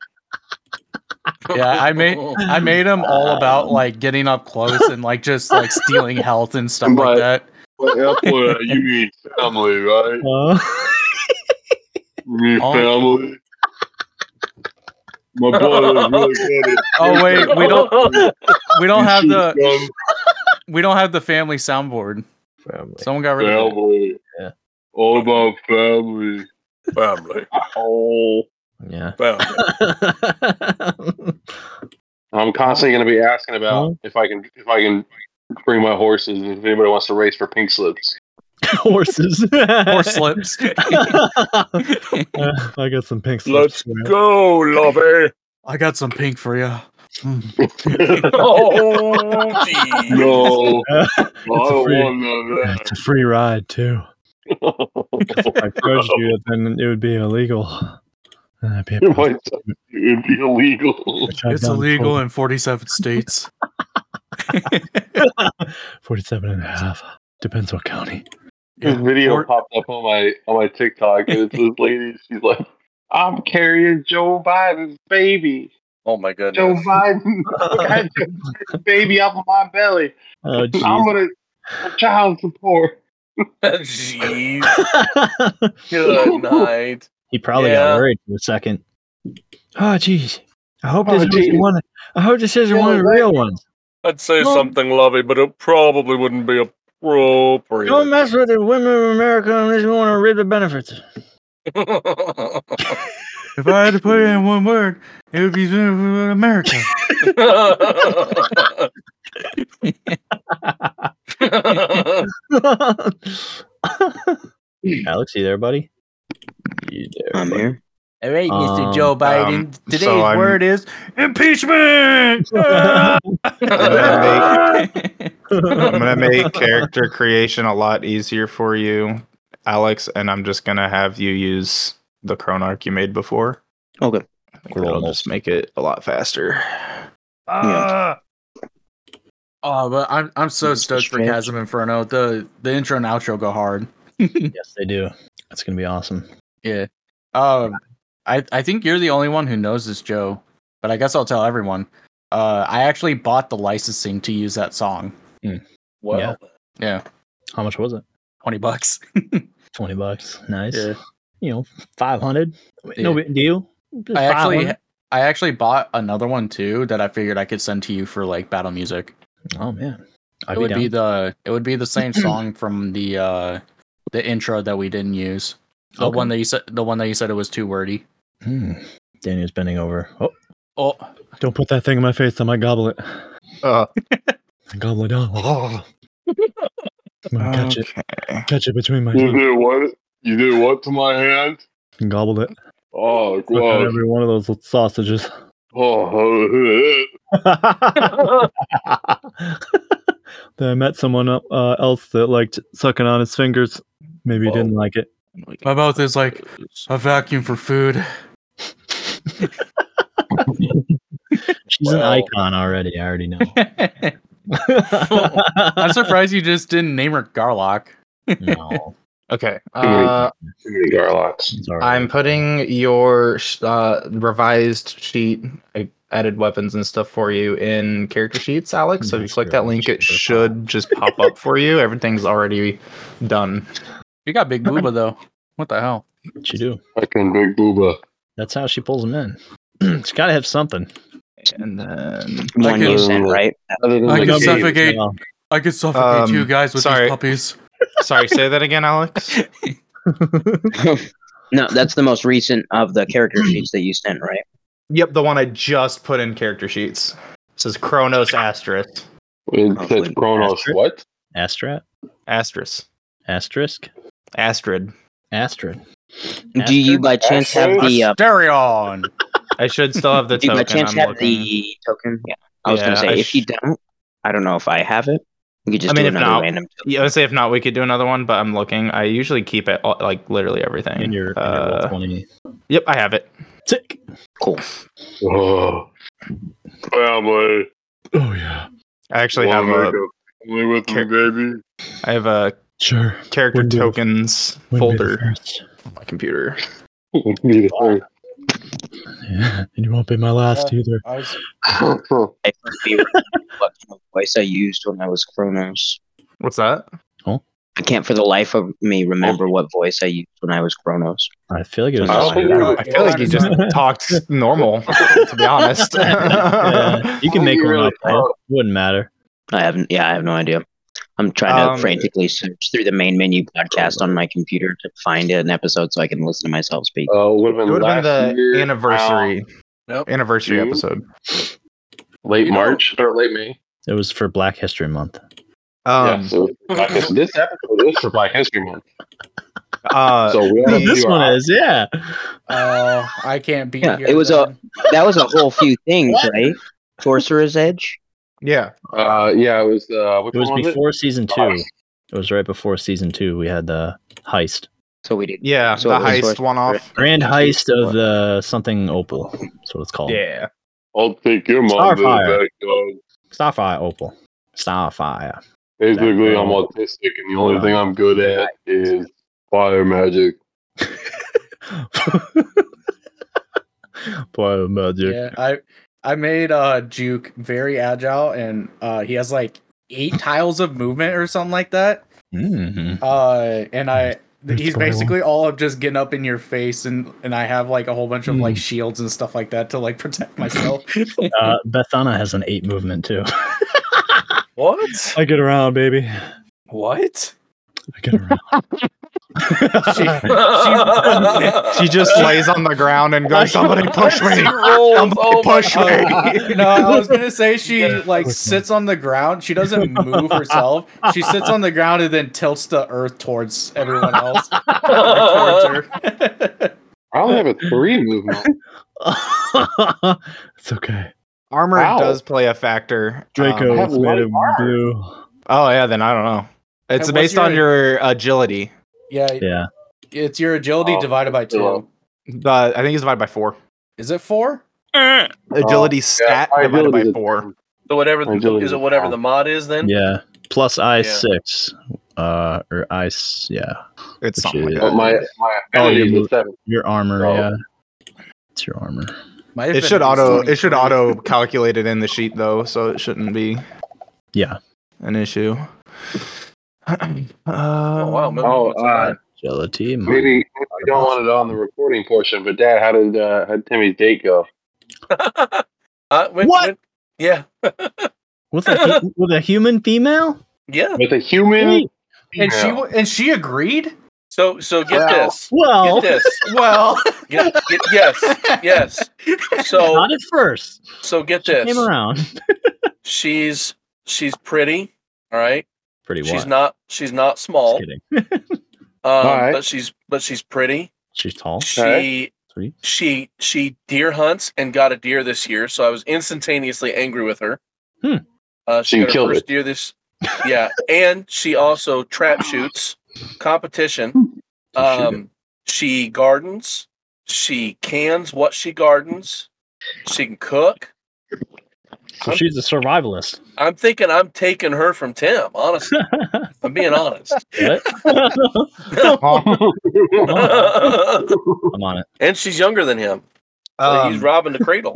Yeah, I made- Oh, I made him all about like getting up close and like just like stealing health and stuff Right. like that. The F word you mean family, right? Uh, Oh, You mean Oh. family. My brother is really good at (laughs) Oh wait, we don't we you don't have shoot the from we don't have the family soundboard. Someone got rid of it. family. Yeah. All about family. Family. Oh. Yeah. (laughs) Family. I'm constantly going to be asking about Huh? if I can if I can bring my horses and if anybody wants to race for pink (laughs) slips. (laughs) Horses. (laughs) Or slips. uh, I got some pink Let's slips. for you. go, (laughs) lovey. I got some pink for Hmm, you. (laughs) Oh, geez. No, Uh, I don't free- want it's a free ride (laughs) too. (laughs) none of If I approached you, then it would be illegal. And I'd be a that. it would be illegal. which I've it's done illegal before. in 47 states. 47 and a half. Depends what county. Yeah. This video Or- popped up on my on my TikTok, and it's this lady. She's like, "I'm carrying Joe Biden's baby. Oh my Joe goodness. (laughs) Biden (laughs) got Joe Biden's baby off of my belly. Oh, I'm jeez. gonna for child support." (laughs) Jeez. (laughs) Good night. he probably Yeah. got worried for a second. Ah, Oh, jeez. I hope Oh, Ah, this jeez. isn't one. of- I hope this isn't Yeah, one of the right. real ones. I'd say Mom. something lovey, but it probably wouldn't be appropriate. Don't mess with the women of America unless you want to reap the benefits. If I had to put it in one word, it would be America. (laughs) Alex, you there, buddy? You there? I'm buddy. (laughs) here. (laughs) All right, Mr. Um, Joe Biden. um, Today's so I'm- word is (laughs) impeachment. Ah! I'm gonna make character creation a lot easier for you, Alex, and I'm just gonna have you use the Cronarch you made before. Okay. It'll just make it a lot faster. oh, but I'm I'm so This is stoked for strange. Chasm Inferno. The the intro and outro go hard. (laughs) Yes, they do. That's gonna be awesome. Yeah. Um, I I think you're the only one who knows this, Joe. But I guess I'll tell everyone. Uh, I actually bought the licensing to use that song. Wow. Yeah. Yeah, How much was it? twenty bucks. Twenty bucks. Nice. Yeah. You know, five hundred. No Yeah. big deal. I actually 500. I actually bought another one too that I figured I could send to you for like battle music. Oh man. I'd It would down. be the it would be the same song from the uh the intro that we didn't use. The Okay. one that you said the one that you said it was too wordy. Hmm. Daniel's bending over. Oh, Oh, Don't put that thing in my face. I might gobble it. (laughs) Uh. gobble (laughs) it down. Oh. Come on, catch it. Catch it between (laughs) my You Mm-hmm. teeth. did what? You did what to my hand? And gobbled it. Oh, Look at gross. every one of those little sausages. Oh, (laughs) (laughs) then I met someone uh, else that liked sucking on his fingers. Maybe he didn't like it. my mouth is (laughs) like a vacuum for food. she's an Well. icon already. I already know. (laughs) I'm surprised you just didn't name her Garlock. no, Okay. Uh, too many garlocks. it's all right. I'm putting your sh- uh, revised sheet, I added weapons and stuff for you in character sheets, Alex. So if you Nice click that link, it should just pop up for you. Everything's already done. You got Big Booba though. What the hell? What you do? Fucking big booba. That's how she pulls them in. (clears throat) She's got to have something. And then, One can- you sent, right? Other than I the can cave. suffocate. No. I could suffocate Um, you guys with sorry. these puppies. sorry, say that again, Alex. (laughs) no, that's the most recent of the character (clears throat) sheets that you sent, right? Yep, the one I just put in character sheets. It says Kronos Asterisk. Oh, It says Kronos. Astrid? What? Astrat, Asterisk. asterisk, Astrid. astrid. Do you Astrid? by chance have the? Uh, Asterion. I should still have the do you by token. chance I'm have looking. the token? Yeah, I was Yeah, gonna say I if you sh- don't, I don't know if I have it. We could I just mean, do if another not- random. token. Yeah, I would say if not, we could do another one, but I'm looking. I usually keep it all, like literally everything. In your, in your Uh, twenty. yep, I have it. Tick. Cool. Oh, family. Oh, yeah. I actually have Wanna make a a family with me, Car- baby. I have a Sure. character Wouldn't be the- tokens Wouldn't be the folder first. on my computer. Need a Yeah. And you won't be my Uh, last either. I was, thing. I forget what voice I used when I was Kronos. What's that? I can't for the life of me remember Oh. what voice I used when I was Kronos. I feel like it was. I just don't you. know. I feel like you just talked normal, to be (laughs) honest. (laughs) Yeah, (laughs) you can Oh, make you one really up. man. are. Wouldn't matter. I haven't. Yeah, I have no idea. I'm trying to Um, frantically search through the main menu podcast on my computer to find an episode so I can listen to myself speak. Uh, would have It been, would have last been year, uh, the anniversary Yep. anniversary June? episode. uh, late You know- March or late May. It was for Black History Month. Um, yeah, so Black History- this episode is for Black History Month. uh, So we Uh, ought to Oh, this do one our- is, yeah. uh, I can't be Yeah, here. it was a- then. That was a whole few things, right? Sorcerer's Edge. yeah. Uh, yeah, it was. Uh, which It was one was it? before season two. Nice. It was right before season two. We had the heist, So we did. Yeah. So the it was heist worth- one off. grand heist of the something opal. That's what it's called. Yeah. I'll take your mom to Starfire. the backyard. Starfire opal. Starfire. Basically, I'm Background. autistic, and the only thing I'm good at is fire magic. (laughs) Boy, magic. Yeah, I I made uh Juke very agile and uh he has like eight tiles of movement or something like that. Mhm. Uh and I There's he's the right one. basically all of just getting up in your face and and I have like a whole bunch of like Hmm. shields and stuff like that to like (laughs) protect myself. Uh, Bethana has an eight movement too. (laughs) What? (laughs) I get around, baby. what? I get (laughs) around. (laughs) She, She just lays on the ground and goes, "Somebody (laughs) push me! Oh, (laughs) Somebody push me!" Uh, no, I was gonna say she like Okay. sits on the ground. She doesn't move herself. She sits on the ground and then tilts the earth towards everyone else. or towards her. (laughs) I only have a (laughs) three movement. it's Um, okay. Armor Wow. does play a factor. Draco Um, have is made light of armor. blue. oh yeah, then I don't know. It's And what's based on your agility. yeah, yeah. it's your agility Oh, divided by two. well. The I think it's divided by four. Is it four? Agility Yeah, stat my divided ability by is- four. So whatever Agility is is it whatever down. the mod is then? Yeah. Plus I Yeah. six. Uh or I s- yeah. It's Which something like is- But that. my my Oh, ability you- is a seven. Your armor, Oh. yeah. It's your armor. Might have It been should at least auto. It should 23. auto calculate it in the sheet though, so it shouldn't be Yeah. an issue. Oh wow, Uh, maybe Oh, what's uh, that? Agility. my- Maybe maybe we don't want it on the recording portion. But Dad, how did uh, how did Timmy's date go? (laughs) Uh, wait, What? wait. Yeah. (laughs) With a hu- with a human female? Yeah. With a human, And she wa- and she agreed. So so get Well. this. Well, Get this. Well, (laughs) Get, get, yes. (laughs) Yes. So not at first. so get She this. Came around. She's she's pretty. All right. Pretty She's wild. not she's not Just small. Um, kidding. Alright. but she's but she's pretty. She's tall. She Sweet. she she deer hunts and got a deer this year, so I was instantaneously angry with her. Hmm. Uh, she She got her killed first deer this. Yeah, and she also trap shoots competition. shoot it. Um, she gardens. She cans what she gardens. She can cook. So she's a survivalist. I'm thinking I'm taking her from Tim. Honestly, if I'm being honest. (laughs) What? I'm on it. and she's younger than him. So he's Um, robbing the (laughs) cradle.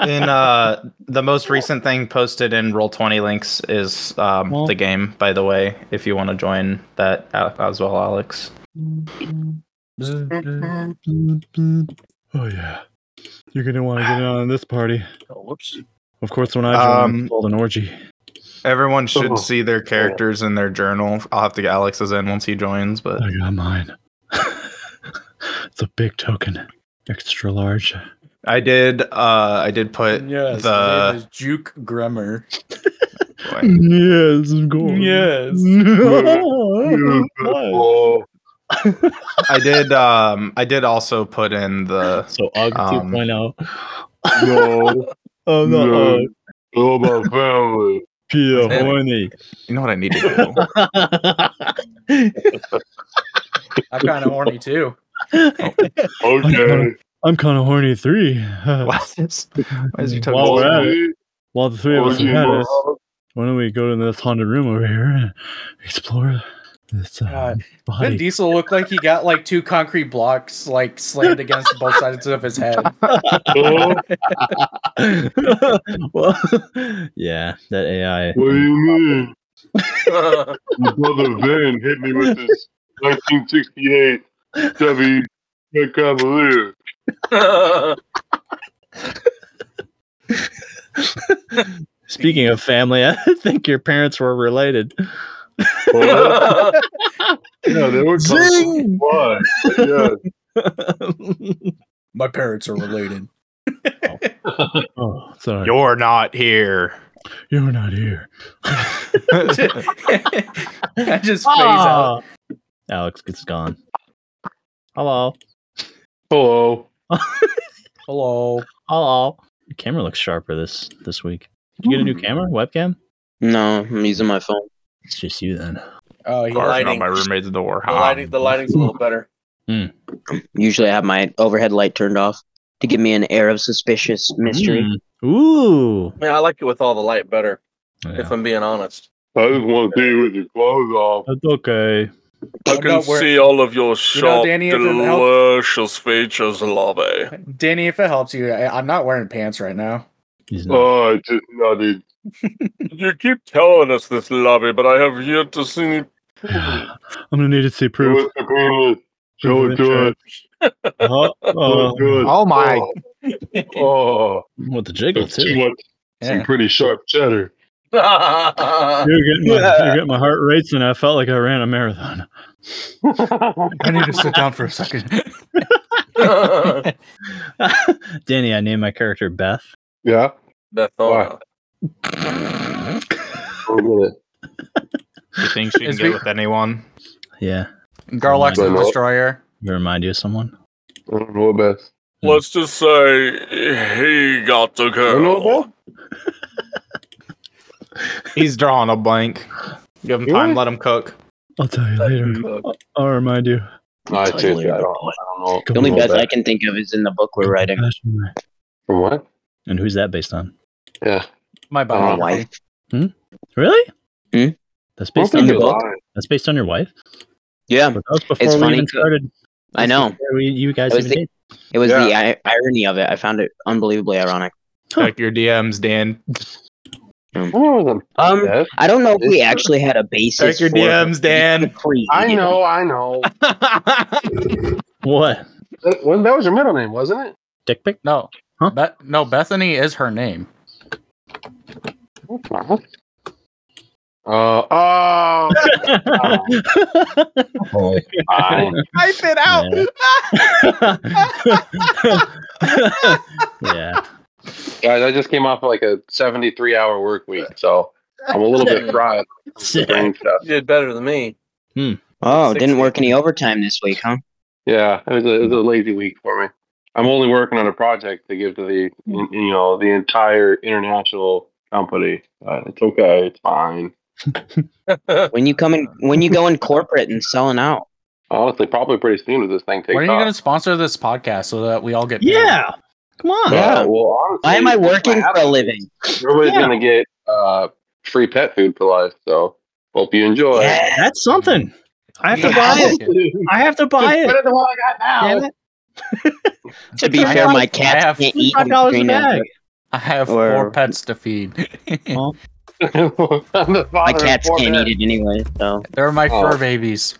in uh, the most recent thing posted in Roll Twenty links is um, Well- the game. By the way, if you want to join that uh, as well, Alex. Oh yeah, you're gonna want to get in on this party. Oh, (laughs) whoops. (laughs) Of course, when I join, Um, it's called an orgy. Everyone should Oh. see their characters in their journal. I'll have to get Alex's in once he joins, but I got mine. (laughs) it's a big token, extra large. I did. Uh, I did put Yes, the- is Juke Grummer. Yes, of course. (laughs) Oh, I did. Um, I did also put in the So UG Um, 2.0. no. (laughs) Oh no, no. oh, Oh, my family. Pia (laughs) horny. You know what I need to do? I'm kind of horny too. (laughs) Okay. I'm kind of horny three. (laughs) (laughs) Why is, why is you talking While about we're at Okay. it, while the three of us Okay, are at it, well, why don't we go to this haunted room over here and (laughs) explore this uh, God. Vin body? Diesel looked like he got like two concrete blocks like slammed against both sides of his head. huh? (laughs) well, yeah, that AI. What do you mean? oh, Your brother Van hit me with this 1968 Chevy Grand Cavalier. Speaking of family, (laughs) I think your parents were related. (laughs) Huh? Yeah, they were talking. Zing! Why? (laughs) Yeah. (laughs) My parents are (laughs) related. Oh, sorry, you're, You're not (laughs) here. not here. I just phase out. Ah! Alex gets gone. Hello. Hello. Hello. Hello. Your camera looks sharper this this week. Did you get a Hmm. new camera? Webcam? No, I'm using my phone. It's just you then. Oh, he Barking lighting. on my roommate's door. the Ha. lighting, the lighting's a little better. Usually I have my overhead light turned off to give me an air of suspicious mystery. Mm. Ooh. Man, I like it with all the light better. Yeah. If I'm being honest, I just want to see you with your clothes off. That's okay. I I'm can not wearing- see all of your sharp, Danny, it doesn't help. delicious features, love. Danny, if it helps you, I, I'm not wearing pants right now. He's not. Oh, I just nodded. You keep telling us this, lobby, but I have yet to see (laughs) any Yeah. (sighs) I'm gonna need to see Show (laughs) proof. us the penis. Show it Proof of to us. insurance. Oh, Show it oh. to us. Oh my. (laughs) Oh, With the jiggle that's too too. much. Some Yeah. pretty sharp cheddar. You're getting, my, you're getting my heart racing. I felt like I ran a marathon. I need to sit down for a second. (laughs) Danny, I named my character Beth. yeah. Bethona. Wait a minute. You think she can Is get we- with anyone? Yeah. Garlock's the destroyer. You remind you of someone? I don't know best. Let's just say he got the I don't know girl. best. He's drawing a blank. Give him time. Let him cook. I'll tell you later. I'll, I'll remind you. I Totally. changed it. I don't, I don't know. The The only I don't know best I best. can think of is in the book we're writing. From what? And who's that based on? Yeah. My My Oh, body. wife. Really? Hmm? That's I don't based think on the your you're book? lying. that's based on your wife. Yeah, But that was before we funny even 'cause- started. I know. before we- you guys It was even the- dated. It was the I- irony of it. I found it unbelievably ironic. Check your DMs, Dan. (laughs) I don't know Um, best. I don't know if we actually had a basis. Check your for it, but DMs, Dan. Creed, I know, I know. What? That, well, that was your middle name, wasn't it? Dick pic? No. Huh? Be- no, Bethany is her name. (laughs) Uh, oh, Oh, Holy Fine. Type it out. yeah. (laughs) Guys, I just came off like a 73 hour work week, so I'm a little (laughs) bit fried. with brain stuff. You did better than me. Oh, Six didn't work any overtime this week, huh? Yeah, it was, a, it was a lazy week for me. I'm only working on a project to give to the you know the entire international company. Uh, it's okay, it's fine. (laughs) When you come in, when you go in corporate and selling out, Honestly, probably pretty soon if this thing takes When are you off. going to sponsor this podcast so that we all get paid? Yeah. Come on. Yeah, well, honestly, why am I if this working for a happens, living? Everybody's gonna get uh, free pet food for life. So hope you enjoy. Yeah. That's something. I have to Yeah. buy it. it. I have to buy it. Better than what I got now. Damn (laughs) it. To be fair, my cat I have- can't eat. Five dollars a green bag. egg. I have Or- four pets to feed. I'm the My father of cats four can't men. eat it anyway. So They're my Oh. fur babies.